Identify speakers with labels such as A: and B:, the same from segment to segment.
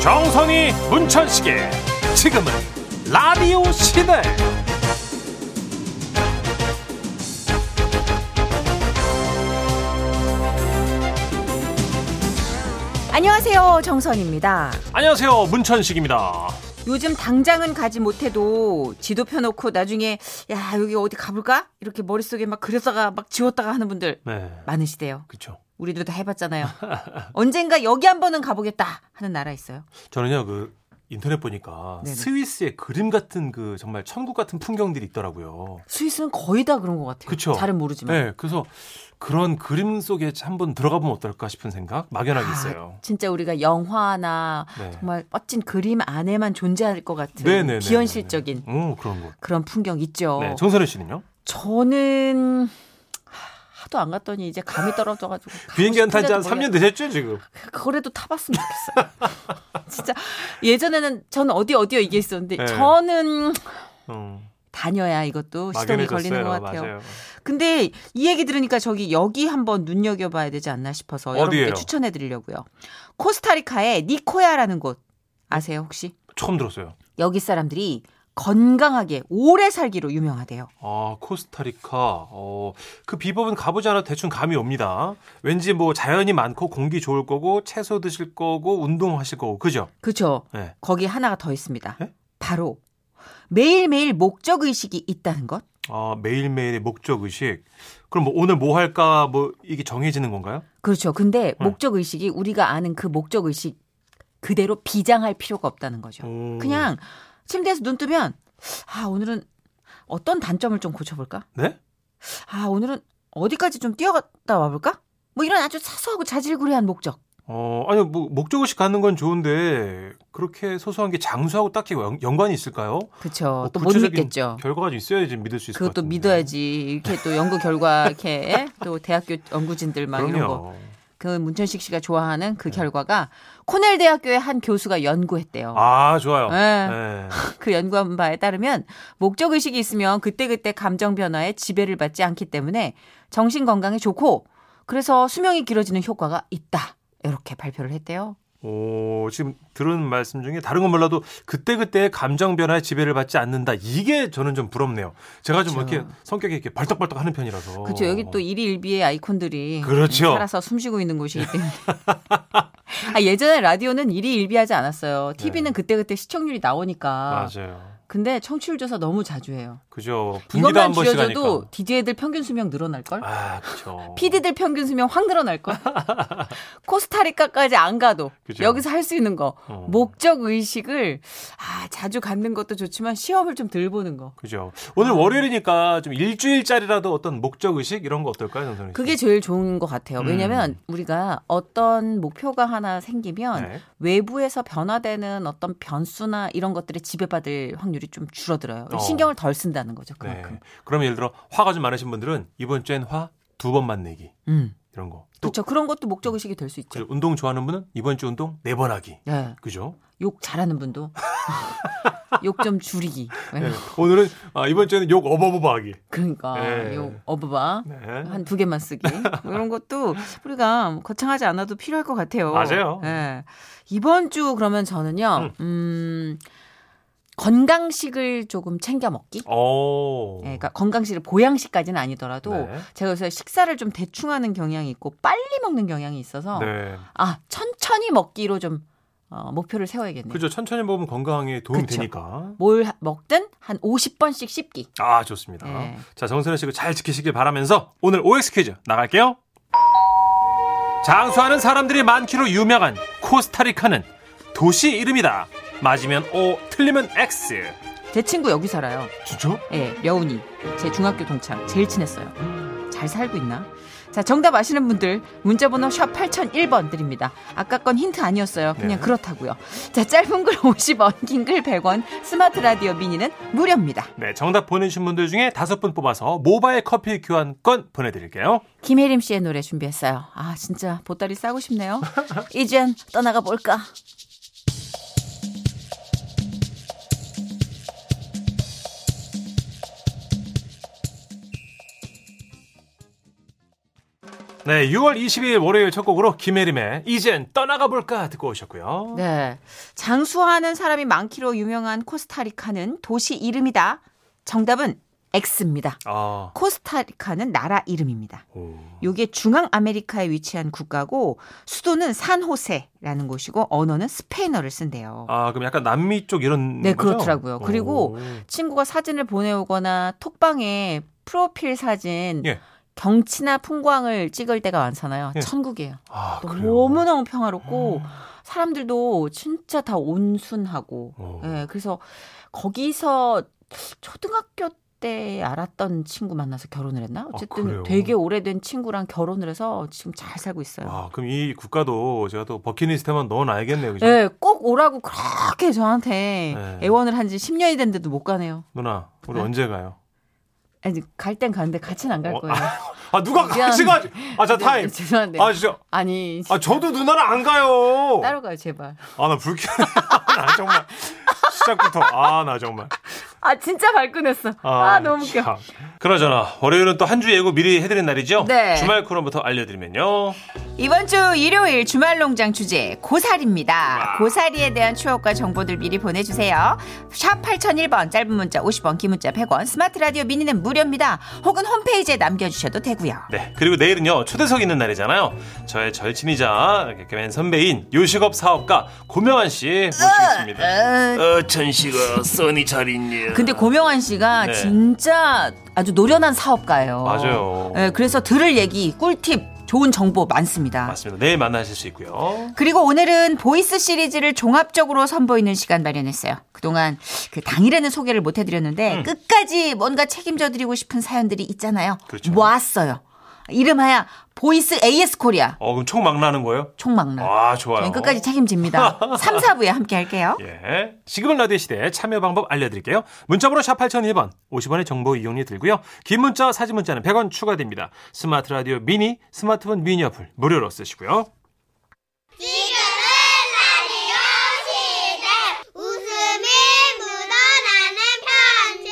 A: 정선이 문천식의 지금은 라디오 시대
B: 안녕하세요 정선입니다.
A: 안녕하세요 문천식입니다
B: 요즘 당장은 가지 못해도 지도 펴놓고 나중에 야 여기 어디 가볼까 이렇게 머릿속에 막 그려다가 막 지웠다가 하는 분들
A: 네
B: 많으시대요.
A: 그렇죠
B: 우리도 다 해봤잖아요. 언젠가 여기 한 번은 가보겠다 하는 나라 있어요.
A: 저는요 그 인터넷 보니까
B: 네네.
A: 스위스의 그림 같은 그 정말 천국 같은 풍경들이 있더라고요
B: 스위스는 거의 다 그런 것 같아요.
A: 그쵸.
B: 잘은 모르지만.
A: 네 그래서 그런 그림 속에 한번 들어가 보면 어떨까 싶은 생각 막연하게 있어요
B: 아, 진짜 우리가 영화나
A: 네.
B: 정말 멋진 그림 안에만 존재할 것 같은
A: 네네네.
B: 비현실적인
A: 오 음, 그런 것
B: 그런 풍경 있죠.
A: 네, 정선혜 씨는요?
B: 저는 하- 하도 안 갔더니 이제 감이 떨어져가지고 가고
A: 비행기 안 탄 지 한
B: 싶은데도
A: 3년 되셨죠, 지금?
B: 그래도 타봤으면 좋겠어요. 진짜 예전에는 전 어디 어디요 이게 있었는데
A: 네.
B: 저는
A: 음,
B: 다녀야 이것도 시동이 걸리는
A: 막연해졌어요.
B: 것 같아요.
A: 맞아요.
B: 근데 이 얘기 들으니까 저기 여기 한번 눈여겨봐야 되지 않나 싶어서
A: 어디예요?
B: 여러분께 추천해드리려고요. 코스타리카의 니코야라는 곳 아세요 혹시?
A: 처음 들었어요.
B: 여기 사람들이 건강하게 오래 살기로 유명하대요.
A: 아, 코스타리카. 어, 그 비법은 가보지 않아도 대충 감이 옵니다. 왠지 뭐 자연이 많고 공기 좋을 거고 채소 드실 거고 운동하실 거고 그죠?
B: 그렇죠.
A: 네.
B: 거기 하나가 더 있습니다.
A: 네?
B: 바로 매일매일 목적 의식이 있다는 것.
A: 아, 매일매일의 목적 의식. 그럼 뭐 오늘 뭐 할까 뭐 이게 정해지는 건가요?
B: 그렇죠. 근데
A: 네.
B: 목적 의식이 우리가 아는 그 목적 의식 그대로 비장할 필요가 없다는 거죠.
A: 오.
B: 그냥 침대에서 눈 뜨면 아 오늘은 어떤 단점을 좀 고쳐볼까?
A: 네?
B: 아 오늘은 어디까지 좀 뛰어갔다 와볼까? 뭐 이런 아주 사소하고 자질구레한 목적.
A: 어, 아니 뭐 목적 의식 갖는 건 좋은데 그렇게 소소한 게 장수하고 딱히 연, 관이 있을까요?
B: 그렇죠.
A: 뭐
B: 또 못
A: 구체적인
B: 믿겠죠.
A: 결과가 좀 있어야지 믿을 수 있을 것
B: 그것도
A: 같은데.
B: 믿어야지 이렇게 또 연구 결과 이렇게 또 대학교 연구진들 막 이런 거.
A: 그럼요.
B: 그 문천식 씨가 좋아하는
A: 네.
B: 그 결과가 코넬 대학교의 한 교수가 연구했대요.
A: 아, 좋아요.
B: 네.
A: 네.
B: 그 연구한 바에 따르면 목적 의식이 있으면 그때그때 감정 변화에 지배를 받지 않기 때문에 정신 건강에 좋고 그래서 수명이 길어지는 효과가 있다. 이렇게 발표를 했대요.
A: 오, 지금 들은 말씀 중에 다른 건 몰라도 그때그때 감정 변화에 지배를 받지 않는다. 이게 저는 좀 부럽네요. 제가 좀
B: 그렇죠.
A: 이렇게 성격이 이렇게 벌떡벌떡 하는 편이라서.
B: 그렇죠. 여기 또 일희일비의 아이콘들이
A: 그렇죠.
B: 살아서 숨쉬고 있는 곳이기 때문에. 아, 예전에 라디오는 일희일비하지 않았어요. TV는 그때그때 시청률이 나오니까.
A: 네. 맞아요.
B: 근데 청취율 조사 너무 자주 해요.
A: 그죠. 분기도
B: 이것만
A: 한 번씩 하니까.
B: 줄여줘도 DJ들 평균 수명 늘어날 걸?
A: 아, 그렇죠.
B: PD들 평균 수명 확 늘어날 걸. 코스타리카까지 안 가도
A: 그죠.
B: 여기서 할 수 있는 거
A: 어.
B: 목적 의식을 아 자주 갖는 것도 좋지만 시험을 좀 덜 보는 거.
A: 그죠. 오늘 월요일이니까 좀 일주일짜리라도 어떤 목적 의식 이런 거 어떨까요, 선생님?
B: 그게 제일 좋은 것 같아요. 왜냐하면 우리가 어떤 목표가 하나 생기면
A: 음. 네.
B: 외부에서 변화되는 어떤 변수나 이런 것들에 지배받을 확률이 좀 줄어들어요.
A: 어.
B: 신경을 덜 쓴다는 거죠.
A: 네.
B: 그만큼.
A: 그럼 예를 들어 화가 좀 많으신 분들은 이번 주엔 화 두 번만 내기
B: 음.
A: 이런 거. 또
B: 그렇죠. 그런 것도 목적 의식이 될 수 있죠.
A: 그죠. 운동 좋아하는 분은 이번 주 운동 네 번 하기.
B: 예.
A: 그죠?
B: 욕 잘하는 분도 욕 좀 줄이기. 예.
A: 네. 오늘은 아, 이번 주에는 욕 어버버버하기.
B: 그러니까
A: 예.
B: 욕 어부바
A: 네.
B: 한 두 개만 쓰기 뭐 이런 것도 우리가 거창하지 않아도 필요할 것 같아요.
A: 맞아요.
B: 예. 이번 주 그러면 저는요. 음. 건강식을 조금 챙겨 먹기.
A: 오.
B: 예, 그러니까 건강식을 보양식까지는 아니더라도
A: 어. 네.
B: 제가 요새 식사를 좀 대충 하는 경향이 있고 빨리 먹는 경향이 있어서
A: 네.
B: 아 천천히 먹기로 좀 어, 목표를 세워야겠네요.
A: 그죠. 천천히 먹으면 건강에 도움이
B: 그쵸.
A: 되니까.
B: 뭘 하- 먹든 한 50번씩 씹기.
A: 아, 좋습니다.
B: 네.
A: 자, 정선혜 씨가 잘 지키시길 바라면서 오늘 OX 퀴즈 나갈게요. 장수하는 사람들이 많기로 유명한 코스타리카는 도시 이름이다. 맞으면 O, 틀리면 X.
B: 제 친구 여기 살아요.
A: 진짜?
B: 예, 려운이 제 중학교 동창 제일 친했어요. 잘 살고 있나? 자, 정답 아시는 분들 문자 번호 샵 8001번 드립니다. 아까 건 힌트 아니었어요.
A: 네.
B: 그냥 그렇다고요. 자, 짧은 글 50원, 긴 글 100원, 스마트 라디오 미니는 무료입니다.
A: 네, 정답 보내주신 분들 중에 다섯 분 뽑아서 모바일 커피 교환권 보내드릴게요.
B: 김혜림 씨의 노래 준비했어요. 아, 진짜 보따리 싸고 싶네요. 이젠 떠나가 볼까?
A: 네, 6월 22일 월요일 첫 곡으로 김혜림의 이젠 떠나가 볼까 듣고 오셨고요.
B: 네. 장수하는 사람이 많기로 유명한 코스타리카는 도시 이름이다. 정답은 X입니다.
A: 아,
B: 코스타리카는 나라 이름입니다.
A: 오.
B: 요게 중앙 아메리카에 위치한 국가고 수도는 산호세라는 곳이고 언어는 스페인어를 쓴대요.
A: 아, 그럼 약간 남미 쪽 이런
B: 네,
A: 거죠?
B: 그렇더라고요. 그리고
A: 오.
B: 친구가 사진을 보내오거나 톡방에 프로필 사진
A: 예.
B: 경치나 풍광을 찍을 때가 많잖아요.
A: 예.
B: 천국이에요.
A: 아, 그래요? 음. 아.
B: 너무너무 평화롭고 사람들도 진짜 다 온순하고
A: 오.
B: 예, 그래서 거기서 초등학교 때 알았던 친구 만나서 결혼을 했나? 어쨌든
A: 아, 그래요?
B: 되게 오래된 친구랑 결혼을 해서 지금 잘 살고 있어요.
A: 와, 그럼 이 국가도 제가 또 버킷리스트에 한번 넣어놔야겠네요. 아, 그죠?
B: 예, 꼭 오라고 그렇게 저한테
A: 네.
B: 애원을 한 지 10년이 됐는데도 못 가네요.
A: 누나, 우리
B: 네?
A: 언제 가요?
B: 아니, 갈 땐 가는데 같이는 안 갈
A: 어,
B: 거예요.
A: 아, 누가
B: 미안.
A: 같이
B: 네,
A: 가지? 아, 자, 타임.
B: 죄송한데.
A: 아, 진짜.
B: 아, 니
A: 아, 저도 누나랑 안 가요.
B: 따로 가요, 제발.
A: 아, 나 불쾌해. 아, 나 정말. 시작부터. 아, 나 정말.
B: 아, 진짜 발끈했어. 아, 너무 웃겨.
A: 참. 그러잖아. 월요일은 또 한 주 예고 미리 해드린 날이죠?
B: 네.
A: 주말 코너부터 알려드리면요.
B: 이번 주 일요일 주말 농장 주제 고사리입니다. 고사리에 대한 추억과 정보들 미리 보내주세요. 샵 8001번 짧은 문자 50원 긴 문자 100원 스마트 라디오 미니는 무료입니다. 혹은 홈페이지에 남겨주셔도 되고요.
A: 네. 그리고 내일은요, 초대석 있는 날이잖아요. 저의 절친이자, 이렇게 개맨 선배인 요식업 사업가 고명환 씨 모시겠습니다.
B: 어,
C: 어, 천식아, 써니 잘 있니?
B: 근데 고명환 씨가
A: 네.
B: 진짜 아주 노련한 사업가예요.
A: 맞아요.
B: 예, 그래서 들을 얘기 꿀팁 좋은 정보 많습니다.
A: 맞습니다. 내일 만나실 수 있고요.
B: 그리고 오늘은 보이스 시리즈를 종합적으로 선보이는 시간 마련했어요. 그동안 그 당일에는 소개를 못
A: 음.
B: 해드렸는데 끝까지 뭔가 책임져드리고 싶은 사연들이 있잖아요.
A: 그렇죠.
B: 모았어요. 이름하여 보이스 AS 코리아
A: 어, 그럼 총 막 나는 거예요?
B: 총망라.
A: 아, 좋아요.
B: 저희 끝까지 책임집니다. 3, 4부에 함께 할게요.
A: 예. 지금은 라디오 시대 참여 방법 알려드릴게요. 문자번호 샵 8001번, 50원의 정보 이용료 들고요. 긴 문자, 사진 문자는 100원 추가됩니다. 스마트 라디오 미니, 스마트폰 미니 어플 무료로 쓰시고요.
D: 웃음이 묻어나는 편지.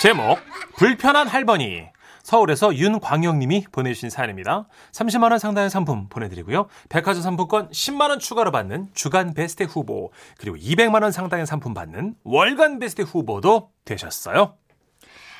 A: 제목 불편한 할머니 서울에서 윤광영님이 보내주신 사연입니다. 30만 원 상당의 상품 보내드리고요. 백화점 상품권 10만 원 추가로 받는 주간 베스트 후보 그리고 200만 원 상당의 상품 받는 월간 베스트 후보도 되셨어요.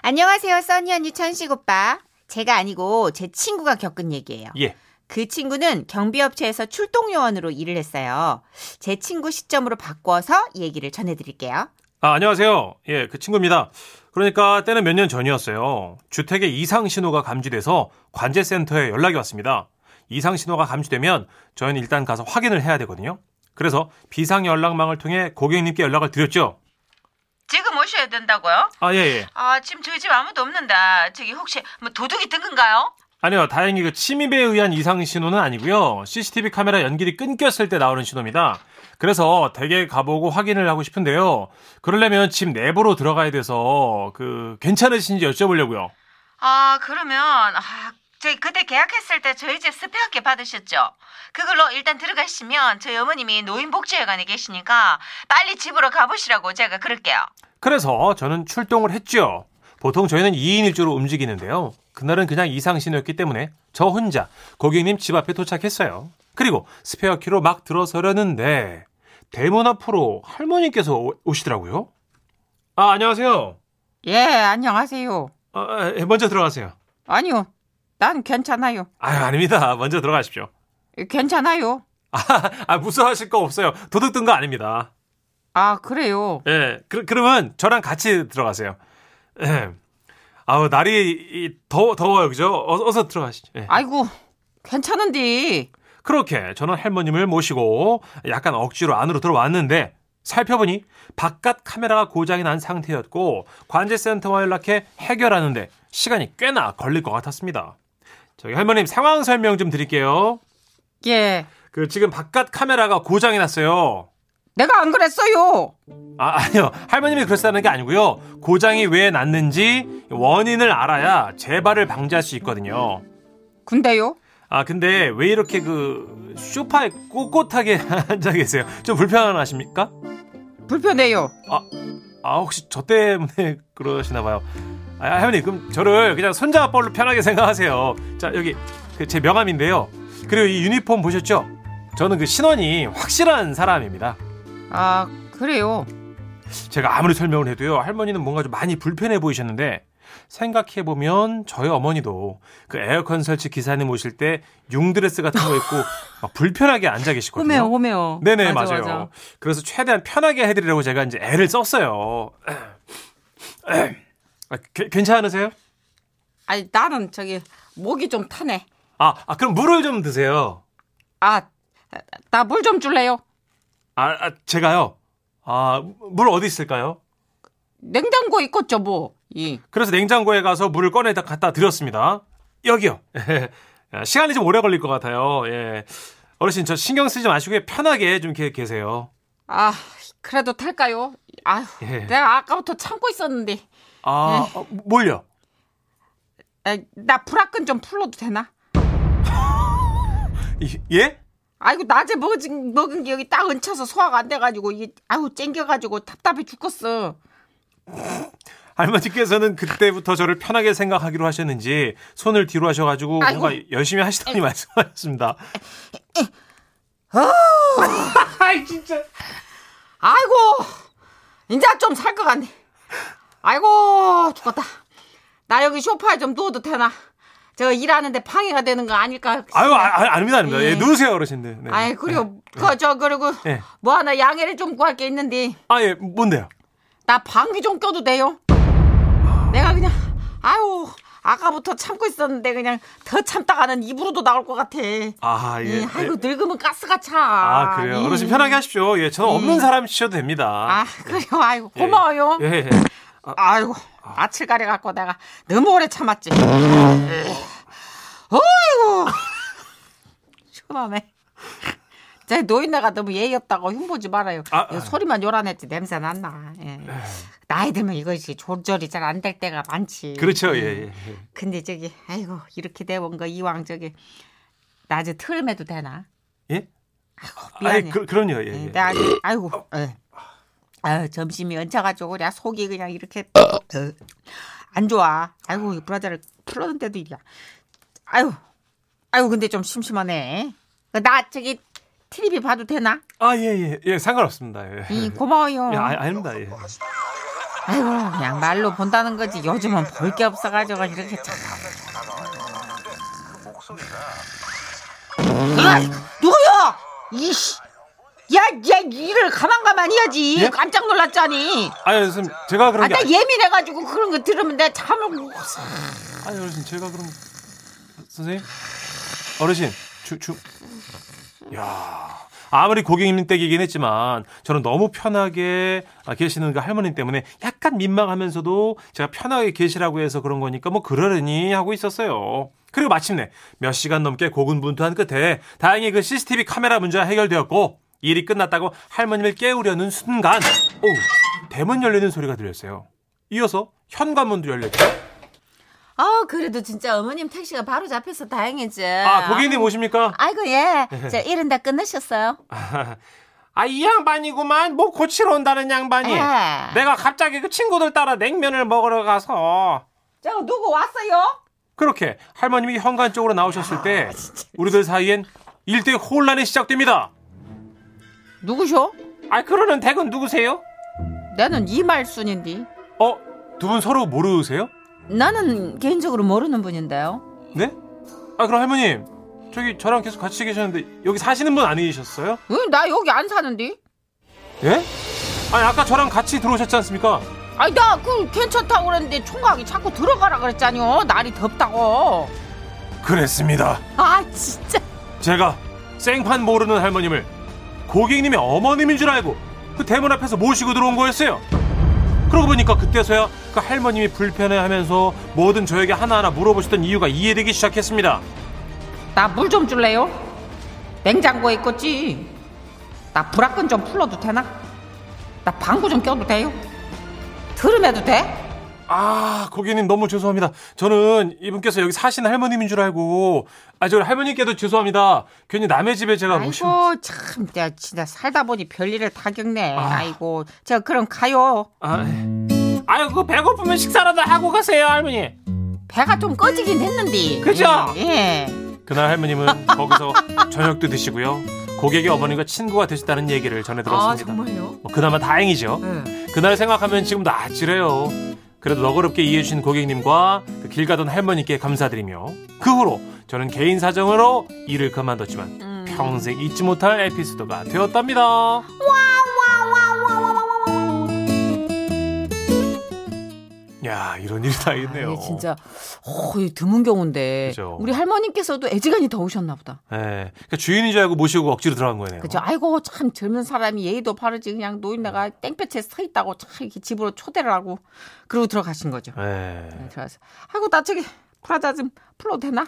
B: 안녕하세요. 써니 언니 천식 오빠. 제가 아니고 제 친구가 겪은 얘기예요.
A: 예.
B: 그 친구는 경비업체에서 출동요원으로 일을 했어요. 제 친구 시점으로 바꿔서 얘기를 전해드릴게요.
A: 아, 안녕하세요. 예, 그 친구입니다. 그러니까 때는 몇 년 전이었어요. 주택에 이상 신호가 감지돼서 관제센터에 연락이 왔습니다. 이상 신호가 감지되면 저희는 일단 가서 확인을 해야 되거든요. 그래서 비상 연락망을 통해 고객님께 연락을 드렸죠.
B: 지금 오셔야 된다고요?
A: 아, 예, 예.
B: 아, 지금 저희 집 아무도 없는데, 저기 혹시 뭐 도둑이 뜬 건가요?
A: 아니요, 다행히 그 침입에 의한 이상 신호는 아니고요. CCTV 카메라 연결이 끊겼을 때 나오는 신호입니다. 그래서 댁에 가보고 확인을 하고 싶은데요. 그러려면 집 내부로 들어가야 돼서 그 괜찮으신지 여쭤보려고요.
B: 아, 그러면, 아, 저희 그때 계약했을 때 저희 집 스페어키 받으셨죠? 그걸로 일단 들어가시면 저희 어머님이 노인복지회관에 계시니까 빨리 집으로 가보시라고 제가 그럴게요.
A: 그래서 저는 출동을 했죠. 보통 저희는 2인 1조로 움직이는데요. 그날은 그냥 이상신호였기 때문에 저 혼자 고객님 집 앞에 도착했어요. 그리고 스페어 키로 막 들어서려는데 대문 앞으로 할머니께서 오- 오시더라고요. 아, 안녕하세요.
B: 예, 안녕하세요.
A: 아, 아, 예, 먼저 들어가세요.
B: 아니요, 난 괜찮아요. 예,
A: 아유, 아닙니다. 먼저 들어가십시오.
B: 괜찮아요.
A: 아, 아, 무서워하실 거 없어요. 도둑 든 거 아닙니다.
B: 아, 그래요.
A: 예, 그, 그러면 저랑 같이 들어가세요. 예. 아우, 날이 이- 더워, 더워요, 그죠? 어, 어서 들어가시죠. 예.
B: 아이고, 괜찮은데.
A: 그렇게 저는 할머님을 모시고 약간 억지로 안으로 들어왔는데 살펴보니 바깥 카메라가 고장이 난 상태였고 관제센터와 연락해 해결하는데 시간이 꽤나 걸릴 것 같았습니다. 저기 할머님 상황 설명 좀 드릴게요.
B: 예,
A: 그 지금 바깥 카메라가 고장이 났어요.
B: 내가 안 그랬어요.
A: 아, 아니요. 할머님이 그랬다는 게 아니고요. 고장이 왜 났는지 원인을 알아야 재발을 방지할 수 있거든요.
B: 근데요?
A: 아, 근데 왜 이렇게 그 쇼파에 꼿꼿하게 앉아 계세요? 좀 불편하십니까?
B: 불편해요.
A: 아 혹시 저 때문에 그러시나 봐요. 아 할머니 그럼 저를 그냥 손자벌로 편하게 생각하세요. 자 여기 그 제 명함인데요. 그리고 이 유니폼 보셨죠? 저는 그 신원이 확실한 사람입니다.
B: 아, 그래요.
A: 제가 아무리 설명을 해도요 할머니는 뭔가 좀 많이 불편해 보이셨는데 생각해 보면 저희 어머니도 그 에어컨 설치 기사님 오실 때 융드레스 같은 거 입고 막 불편하게 앉아 계시거든요.
E: 어,
B: 호메오, 호메오.
A: 그렇죠? 네네
B: 맞아,
A: 맞아요.
B: 맞아.
A: 그래서 최대한 편하게 해드리려고 제가 이제 애를 썼어요. 아, 괜- 괜찮으세요?
E: 아니 나는 저기 목이 좀 타네. 아,
A: 아, 아, 그럼 물을 좀 드세요.
E: 아나 물 좀 줄래요?
A: 아, 아, 제가요. 아 물 어디 있을까요?
E: 냉장고 있겠죠 뭐. 이
A: 그래서 냉장고에 가서 물을 꺼내다 갖다 드렸습니다. 여기요. 시간이 좀 오래 걸릴 것 같아요. 예. 어르신 저 신경 쓰지 마시고 편하게 좀 이렇게 계세요.
E: 아 그래도 탈까요? 아휴
A: 예.
E: 내가 아까부터 참고 있었는데
A: 아
E: 네.
A: 어, 뭘요?
E: 아, 나 불화끈 좀 풀러도 되나?
A: 이- 예?
E: 아이고 낮에 먹은, 먹은 게 여기 딱 얹혀서 소화가 안 돼가지고 이게 아우 쨍겨가지고 답답해 죽겠어.
A: 할머니께서는 그때부터 저를 편하게 생각하기로 하셨는지 손을 뒤로 하셔가지고
E: 아이고.
A: 뭔가 열심히 하시더니 말씀하셨습니다.
E: 아이고 이제 좀 살 것 같네. 아이고 죽겠다. 나 여기 소파에 좀 누워도 되나? 저 일하는데 방해가 되는 거 아닐까?
A: 아유 아, 아, 아닙니다 아닙니다. 예,
E: 예.
A: 누우세요 어르신들. 네.
E: 아이 그리고 그저 그리고
A: 네.
E: 뭐 하나 양해를 좀 구할 게 있는데
A: 아예 뭔데요?
E: 나 방귀 좀 껴도 돼요? 내가 그냥 아유 아까부터 참고 있었는데 그냥 더 참다가는 입으로도 나올 것 같아.
A: 아 예.
E: 이, 음, 아이고 늙으면 가스가 차.
A: 아 그래요.
E: 이.
A: 어르신 편하게 하십시오. 예, 저는 없는 사람 치셔도 됩니다.
E: 아 그래요. 아이고 고마워요.
A: 예, 예.
E: 아이고 아칠 가래 갖고 내가 너무 오래
A: 아.
E: 참았지. 어이구 시원하네. 제 노인네가 너무 예의 없다고 흉보지 말아요.
A: 아, 네.
E: 이거
A: 아.
E: 소리만 요란했지 냄새 안 나. 예. 나이 들면 이것이 조절이 잘 안 될 때가 많지.
A: 그렇죠. 예, 예. 예.
E: 근데 저기 아이고 이렇게 돼온 거 이왕 저기 낮에 틀매도 되나?
A: 예?
E: 미안해.
A: 아니, 그, 그럼요. 예,
E: 예,
A: 예.
E: 나 아직, 아이고, 예. 아유, 점심이 얹혀가지고 그냥 속이 그냥 이렇게 어, 안 좋아. 아이고 이 브라자를 풀었는데도 이야. 아유, 아유 근데 좀 심심하네. 나 저기 TV 봐도 되나?
A: 아, 예, 예. 예, 상관없습니다. 예.
E: 이 고마워요.
A: 예, 아, 아닙니다. 예.
E: 아이고 그냥 말로 본다는 거지. 요즘은 볼 게 없어가지고 이렇게 참. 그 야, 누구야? 이씨, 야, 야 일을 가만 가만 해야지.
A: 예?
E: 깜짝 놀랐잖니.
A: 아니, 선생님, 제가 그런
E: 아,
A: 게
E: 나
A: 아니,
E: 예민해가지고 그런 거 들으면 내 잠을 못 자.
A: 아니, 어르신, 제가 그럼 선생님? 어르신, 주, 주. 야. 아무리 고객님 댁이긴 했지만 저는 너무 편하게 아, 계시는 그 할머님 때문에 약간 민망하면서도 제가 편하게 계시라고 해서 그런 거니까 뭐 그러려니 하고 있었어요. 그리고 마침내 몇 시간 넘게 고군분투한 끝에 다행히 그 CCTV 카메라 문제가 해결되었고 일이 끝났다고 할머님을 깨우려는 순간 오 대문 열리는 소리가 들렸어요. 이어서 현관문도 열렸죠.
B: 아, 그래도 진짜 어머님 택시가 바로 잡혀서 다행이지.
A: 아 고객님 오십니까?
B: 아이고, 예. 저 일은 다 끝내셨어요.
A: 아, 이 양반이구만. 뭐 고치러 온다는 양반이.
B: 예.
A: 내가 갑자기 그 친구들 따라 냉면을 먹으러 가서.
E: 저 누구 왔어요?
A: 그렇게 할머님이 현관 쪽으로 나오셨을 때 우리들 사이엔 일대 혼란이 시작됩니다.
E: 누구쇼?
A: 아, 그러는 댁은 누구세요?
E: 나는 이말순인데.
A: 어, 두 분 서로 모르세요?
B: 나는 개인적으로 모르는 분인데요.
A: 네? 아, 그럼 할머님. 저기 저랑 계속 같이 계셨는데 여기 사시는 분 아니셨어요?
E: 응, 나 여기 안 사는데.
A: 예? 아니, 아까 저랑 같이 들어오셨지 않습니까?
E: 아니, 나 그 괜찮다고 그랬는데 총각이 자꾸 들어가라 그랬잖요. 날이 덥다고.
A: 그랬습니다.
E: 아, 진짜.
A: 제가 생판 모르는 할머님을 고객님의 어머님인 줄 알고 그 대문 앞에서 모시고 들어온 거였어요. 그러고 보니까 그때서야 그 할머님이 불편해하면서 뭐든 저에게 하나하나 물어보시던 이유가 이해되기 시작했습니다.
E: 나 물 좀 줄래요? 냉장고에 있겠지. 나 불화끈 좀 풀어도 되나? 나 방구 좀 껴도 돼요? 들음해도 돼?
A: 아, 고객님 너무 죄송합니다. 저는 이분께서 여기 사신 할머님인 줄 알고, 아, 저 할머님께도 죄송합니다. 괜히 남의 집에 제가 모신.
E: 아이고 참 내가 진짜 살다 보니 별일을 다 겪네.
A: 아.
E: 아. 이고 제가 그럼 가요.
A: 아, 아유, 그 배고프면 식사라도 하고 가세요, 할머니.
E: 배가 좀 꺼지긴 했는데.
A: 그죠?
E: 예.
A: 그날 할머님은 거기서 저녁도 드시고요. 고객의 어머니가 친구가 되셨다는 얘기를 전해
B: 아
A: 들었습니다.
B: 정말요?
A: 뭐 그나마 다행이죠.
B: 네.
A: 그날 생각하면 지금도 아찔해요. 그래도 너그럽게 이해해주신 고객님과 그 길 가던 할머니께 감사드리며 그 후로 저는 개인 사정으로 일을 그만뒀지만
B: 음.
A: 평생 잊지 못할 에피소드가 되었답니다. 야 이런 일이 다 있네요.
B: 아, 이게 진짜 어, 이 드문 경우인데
A: 그죠.
B: 우리 할머님께서도 애지간히 더우셨나 보다.
A: 예, 그러니까 주인인 줄 알고 모시고 억지로 들어간 거네요.
E: 그죠. 아이고 참 젊은 사람이 예의도 바르지 그냥
A: 음.
E: 노인네가 땡볕에 서 있다고 참 이렇게 집으로 초대를 하고 그러고 들어가신 거죠.
A: 예.
E: 네, 들어가서 아이고 나 저기 프라자 좀 풀어도 되나?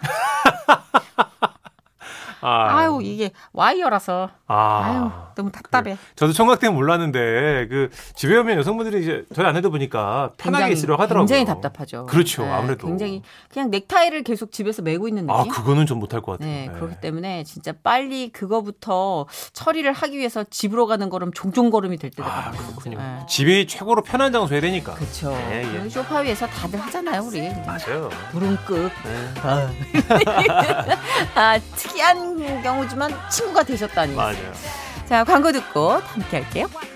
A: 아,
E: 아유 이게 와이어라서 아유
A: 아.
E: 너무 답답해.
A: 저도 청각 때문에 몰랐는데 그 집에 오면 여성분들이 이제 저희 아내도 보니까 편하게 있으려고 하더라고요.
B: 굉장히 답답하죠.
A: 그렇죠,
B: 네,
A: 아무래도.
B: 굉장히 그냥 넥타이를 계속 집에서 메고 있는 느낌.
A: 아 그거는 좀 못할 것 같아요.
B: 네, 그렇기 때문에 진짜 빨리 그거부터 처리를 하기 위해서 집으로 가는 걸음 종종 걸음이 될 때가
A: 아
B: 많아요.
A: 그렇군요.
B: 네.
A: 집이 최고로 편한 장소여야 되니까.
B: 그렇죠.
A: 예, 예.
B: 그 소파 위에서 다들 하잖아요, 우리.
A: 맞아요.
B: 그렇죠. 무릎급.
A: 네.
B: 아, 특이한 경우지만 친구가 되셨다니.
A: 맞아요.
B: 자, 광고 듣고 함께 할게요.